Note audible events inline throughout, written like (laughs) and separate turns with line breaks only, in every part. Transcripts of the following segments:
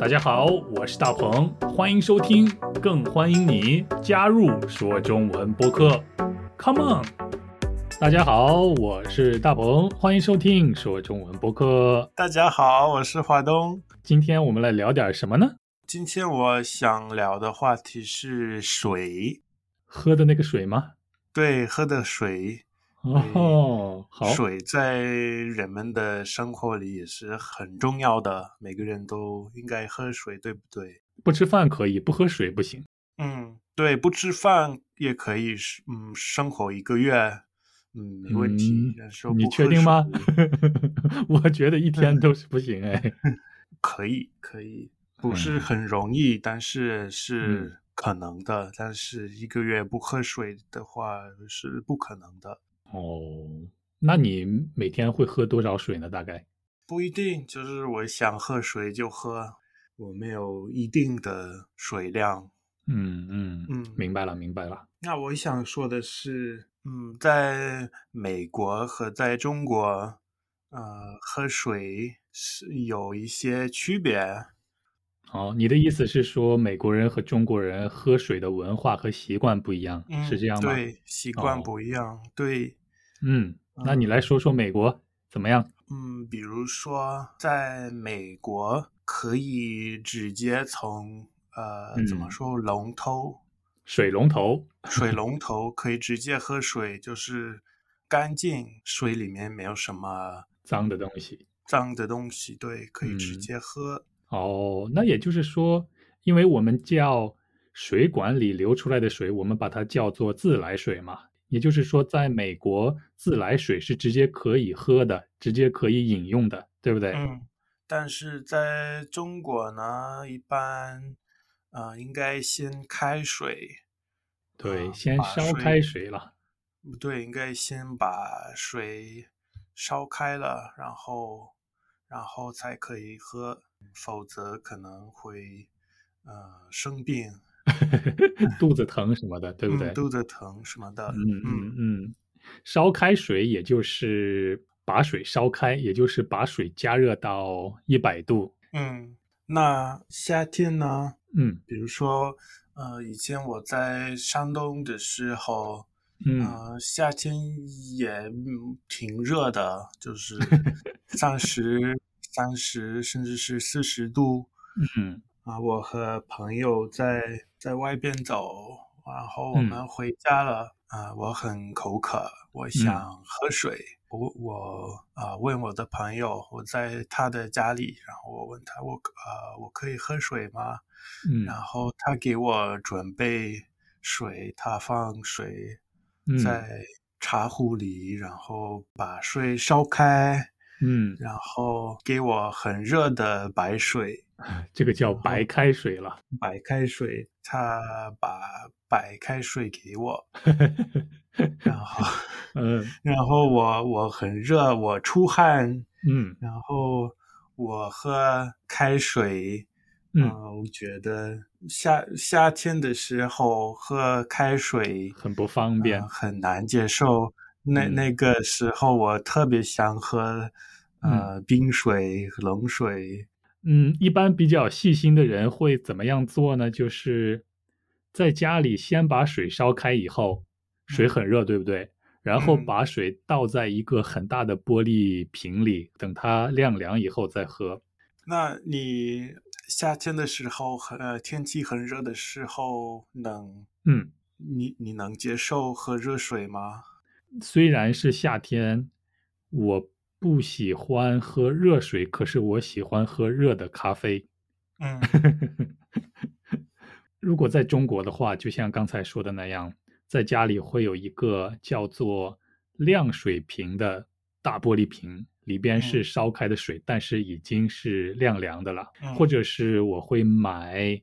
大家好，我是大鹏，欢迎收听，更欢迎你加入说中文播客，Come on！大家好，我是大鹏，欢迎收听说中文播客。
大家好，我是华东。
今天我们来聊点什么呢？
今天我想聊的话题是水，
喝的那个水吗？
对，喝的水。
哦，好，
水在人们的生活里也是很重要的，每个人都应该喝水，对不对？
不吃饭可以，不喝水不行。
嗯，对，不吃饭也可以，嗯，生活一个月，嗯，没问题。但是
你确定吗？ (laughs) 我觉得一天都是不行哎。
可以，可以，不是很容易，嗯、但是是可能的。嗯、但是一个月不喝水的话是不可能的。
(laughs) 哦，那你每天会喝多少水呢？大概
不一定，就是我想喝水就喝，我没有一定的水量。
嗯嗯嗯，嗯明白了明白了。
那我想说的是，嗯，在美国和在中国，呃，喝水是有一些区别。
哦，你的意思是说，美国人和中国人喝水的文化和习惯不一样，
嗯、
是这样吗？
对，习惯不一样。哦、对，
嗯，那你来说说美国怎么样？
嗯，比如说，在美国可以直接从呃，嗯、怎么说，龙头
水龙头，
水龙头可以直接喝水，就是干净，水里面没有什么
脏的东西，
脏的东西，对，可以直接喝。
嗯哦，那也就是说，因为我们叫水管里流出来的水，我们把它叫做自来水嘛。也就是说，在美国，自来水是直接可以喝的，直接可以饮用的，对不对？
嗯。但是在中国呢，一般，呃，应该先开水。
对，先烧开水了。
不、呃、对，应该先把水烧开了，然后，然后才可以喝。否则可能会呃生病，
肚子疼什么的，对不对？
嗯、肚子疼什么的，
嗯嗯嗯。烧开水也就是把水烧开，也就是把水加热到一百度。
嗯，那夏天呢？
嗯，
比如说呃，以前我在山东的时候，嗯、呃，夏天也挺热的，
(laughs)
就是三十。三十甚至是四十度，
嗯
啊，我和朋友在在外边走，然后我们回家了、嗯、啊，我很口渴，我想喝水，嗯、我我啊问我的朋友，我在他的家里，然后我问他我啊、呃、我可以喝水吗？
嗯，
然后他给我准备水，他放水
嗯
在茶壶里，然后把水烧开。
嗯，
然后给我很热的白水，
这个叫白开水了。
白开水，他把白开水给我，然后，
(laughs) 嗯，
然后我我很热，我出汗，
嗯，
然后我喝开水，
嗯、
呃，我觉得夏夏天的时候喝开水
很不嗯方便、
呃，很难接受。那那个时候我特别想喝，呃，冰水、冷水。
嗯，一般比较细心的人会怎么样做呢？就是在家里先把水烧开以后，水
嗯
很热，对不对？然后把水倒在一个很大的玻璃瓶里，等它晾凉以后再喝。
那你夏天的时候，呃，天气很热的时候，能，
嗯，
你你能接受喝热水吗？
虽然是夏天，我不喜欢喝热水，可是我喜欢喝热的咖啡。
嗯，
(laughs) 如果在中国的话，就像刚才说的那样，在家里会有一个叫做晾水瓶的大玻璃瓶，里边是烧开的水，嗯、但是已经是晾凉的了。
嗯、
或者是我会买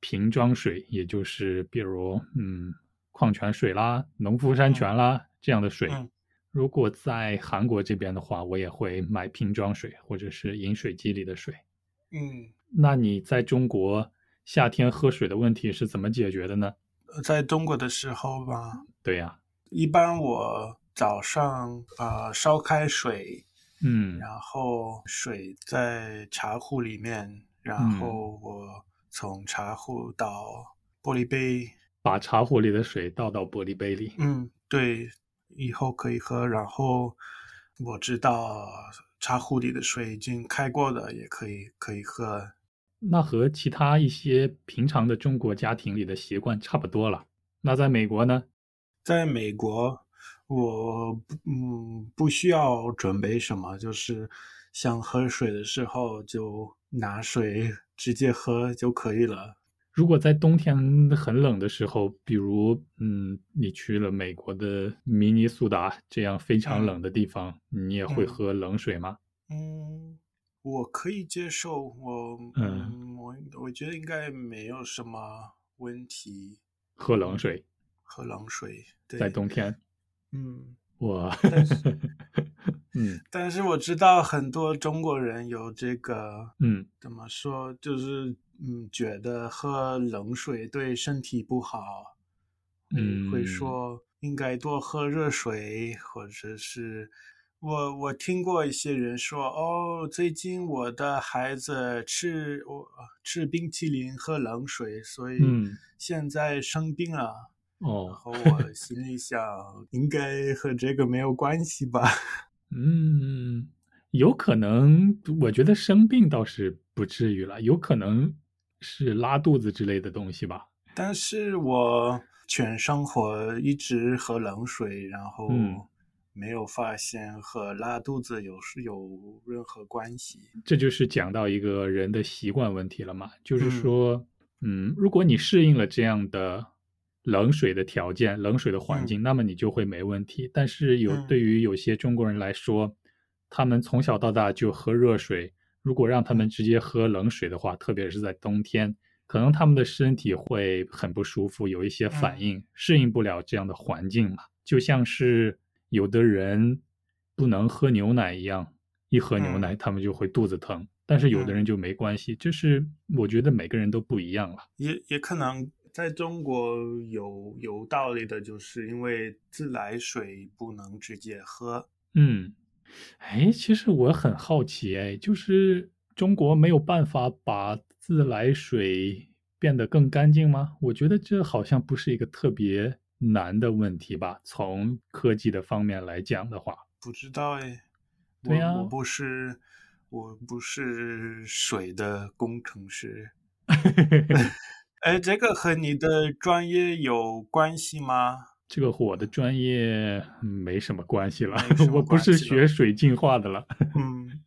瓶装水，也就是比如嗯矿泉水啦、农夫山泉啦。
嗯
这样的水，
嗯、
如果在韩国这边的话，我也会买瓶装水或者是饮水机里的水。
(laughs) 嗯，
那你在中国夏天喝水的问题是怎么解决的呢？
在中国的时候吧，
对呀、啊，
一般我早上啊、呃、烧开水，
嗯，
然后水在茶壶里面。然后我从茶壶到玻璃杯，
把茶壶里的水倒到玻璃杯里。
嗯，对，以后可以喝。然后我知道茶壶里的水已经开过的也可以可以喝。
那和其他一些平常的中国家庭里的习惯差不多了。那在美国呢？
在美国，我不嗯不需要准备什么，就是想喝水的时候就拿水直接喝就可以了。
如果在冬天很冷的时候，比如嗯你去了美国的明尼苏达这样非常冷的地方，你也会喝冷水吗？
嗯。嗯我可以接受，我嗯，我我觉得应该没有什么问题。
喝冷水，
喝冷水，嗯对
在冬天，
嗯，
我，嗯，
但是我知道很多中国人有这个，
嗯，
怎么说，就是嗯，觉得喝冷水对身体不好，
嗯，
会说应该多喝热水，或者是。我我听过一些人说，哦，最近我的孩子吃我吃冰淇淋喝冷水，所以现在生病了。
嗯、哦，
然后我心里想，应该和这个没有关系吧？
嗯，有可能，我觉得生病倒是不至于了，有可能是拉肚子之类的东西吧。
但是我全生活一直喝冷水，然后、
嗯。
没有发现和拉肚子有是有任何关系，
这就是讲到一个人的习惯问题了嘛。就是说，嗯,嗯，如果你适应了这样的冷水的条件、冷水的环境，
嗯、
那么你就会没问题。但是有、
嗯、
对于有些中国人来说，他们从小到大就喝热水，如果让他
嗯
们直接喝冷水的话，特别是在冬天，可能他们的身体会很不舒服，有一些
嗯
反应，适应不了这样的环境嘛，就像是。有的人不能喝牛奶一样，一喝牛奶他们就会肚子疼，
嗯、
但是有的人就没关系，这、嗯、是我觉得每个人都不一样了。
也也可能在中国有有道理的，就是因为自来水不能直接喝。
嗯，哎，其实我很好奇，哎，就是中国没有办法把自来水变得更干净吗？我觉得这好像不是一个特别。难的问题吧，从科技的方面来讲的话，
不知道哎，我
对呀、啊，
我不是我不是水的工
(laughs)
程师， (laughs) 哎这个和你的专业有关系吗？
这个和我的专业没什么关系了，
系了
我不是学水净化的了。
嗯，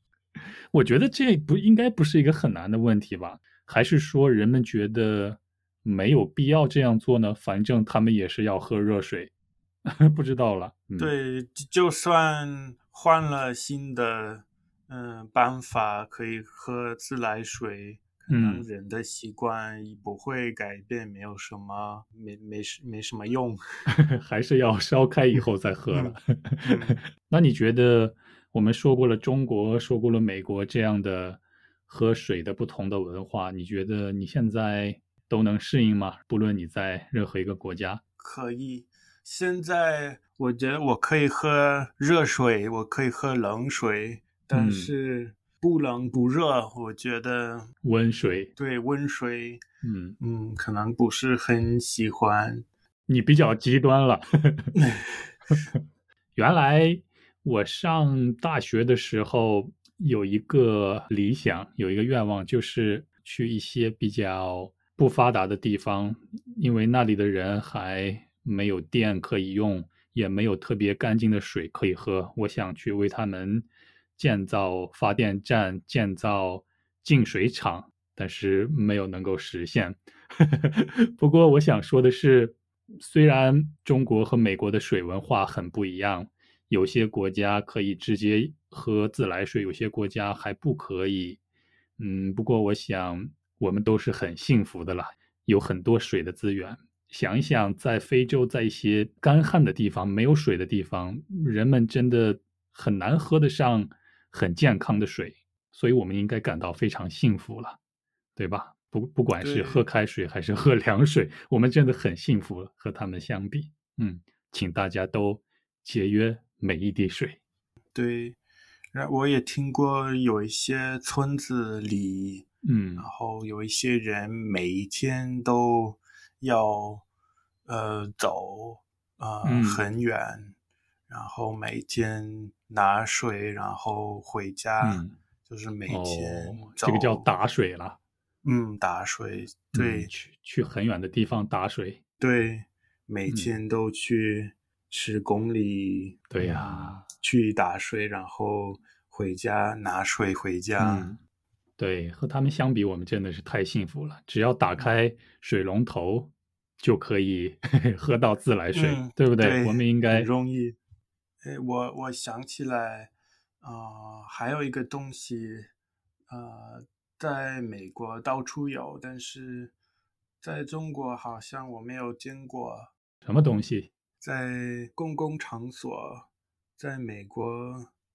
我觉得这不应该不是一个很难的问题吧？还是说人们觉得？没有必要这样做呢，反正他们也是要喝热水， (laughs) 不知道了。嗯、
对，就算换了新的嗯、呃、办法，可以喝自来水，可能人的习惯不会改变，没有什么没没没什么用，
(laughs) 还是要烧开以后再喝了。
嗯、
(laughs) 那你觉得我们说过了中国，说过了美国这样的喝水的不同的文化，你觉得你现在？都能适应吗？不论你在任何一个国家，
可以。现在我觉得我可以喝热水，我可以喝冷水，但是不冷不热，我觉得
温水
对温水，
嗯
嗯，可能不是很喜欢。
你比较极端了。原来我上大学的时候有一个理想，有一个愿望，就是去一些比较。不发达的地方，因为那里的人还没有电可以用，也没有特别干净的水可以喝。我想去为他们建造发电站、建造净水厂，但是没有能够实现。不过我想说的是，虽然中国和美国的水文化很不一样，有些国家可以直接喝自来水，有些国家还不可以。嗯，不过我想。我们都是很幸福的啦，有很多水的资源。想一想，在非洲，在一些干旱的地方、没有水的地方，人们真的很难喝得上很健康的水，所以我们应该感到非常幸福了，对吧？不，不管是喝开水还是喝凉水，我们真的很幸福了，和他们相比。嗯，请大家都节约每一滴水。
对，然我也听过有一些村子里。
嗯
然后有一些人每天都要呃走呃、
嗯
很远，然后每天拿水，然后回家，
嗯，
就是每天
哦，
走、
这个叫打水了。
嗯打水，对、
嗯去去很远的地方打水。
对，每
嗯
天都去十公里，
对呀、
去打水，然后回家拿水回家，
嗯，对，和他们相比，我们真的是太幸福了。只要打开水龙头，就可以 (laughs) 喝到自来水，
嗯
对不
对
我们应该
很容易。哎，我我想起来，呃，还有一个东西，呃，在美国到处有，但是在中国好像我没有见过。
什么东西？
在公共场所，在美国，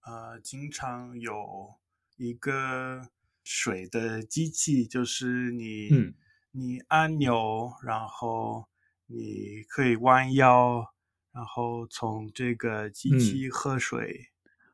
呃，经常有一个水的机器，就是你，
嗯
你按钮，然后你可以弯腰，然后从这个
嗯
机器喝水。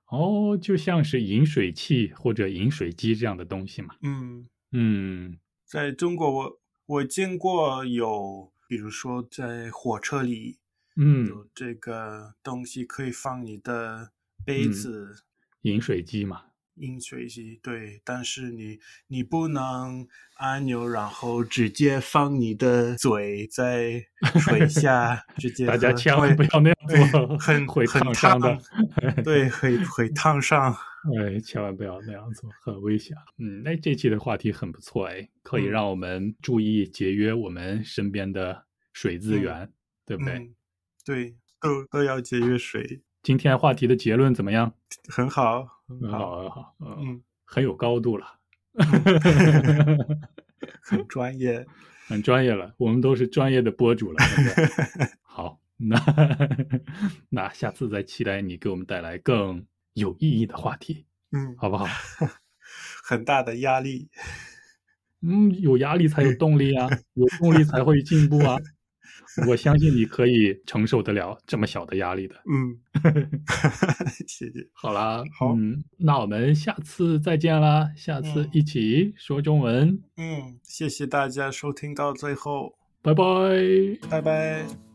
哦，就像是饮水器或者饮水机这样的东西嘛。
嗯，
嗯
在中国我，我见过有，比如说在火车里
嗯，
有这个东西，可以放你的杯
嗯
子。
饮水机嘛。
饮水机对，但是你你不能按钮，然后直接放你的嘴在
(laughs)
水下，直接
大家
喝
千万不
会
要那样做，
很
(laughs) 会
很
烫伤的。 (laughs)
对，会会烫伤。
哎，千万不要那样做，很危险。嗯，那这期的话题很不错哎，可以
嗯
让我们注意节约我们身边的水资源，对不对？
嗯，对，都都要节约水，
今天话题的结论怎么样？
很好，
很
很好，
好，很好，嗯，
嗯，
很有高度了，
很专业。
(laughs) 很专业了，我们都是专业的博主了。现在
(laughs)
好，那 (laughs) 那下次再期待你给我们带来更有意义的话题，
嗯，
好不好？
很大的压力。
嗯，有压力才有动力啊，有动力才会进步
(laughs)
啊。我相信你可以承受得了这么小的压力的。 (laughs)
嗯， (laughs) 谢谢。
好啦，
好
嗯，那我们下次再见啦，下次
嗯
一起说中文，
嗯，谢谢大家收听到最后，
拜拜。
拜拜。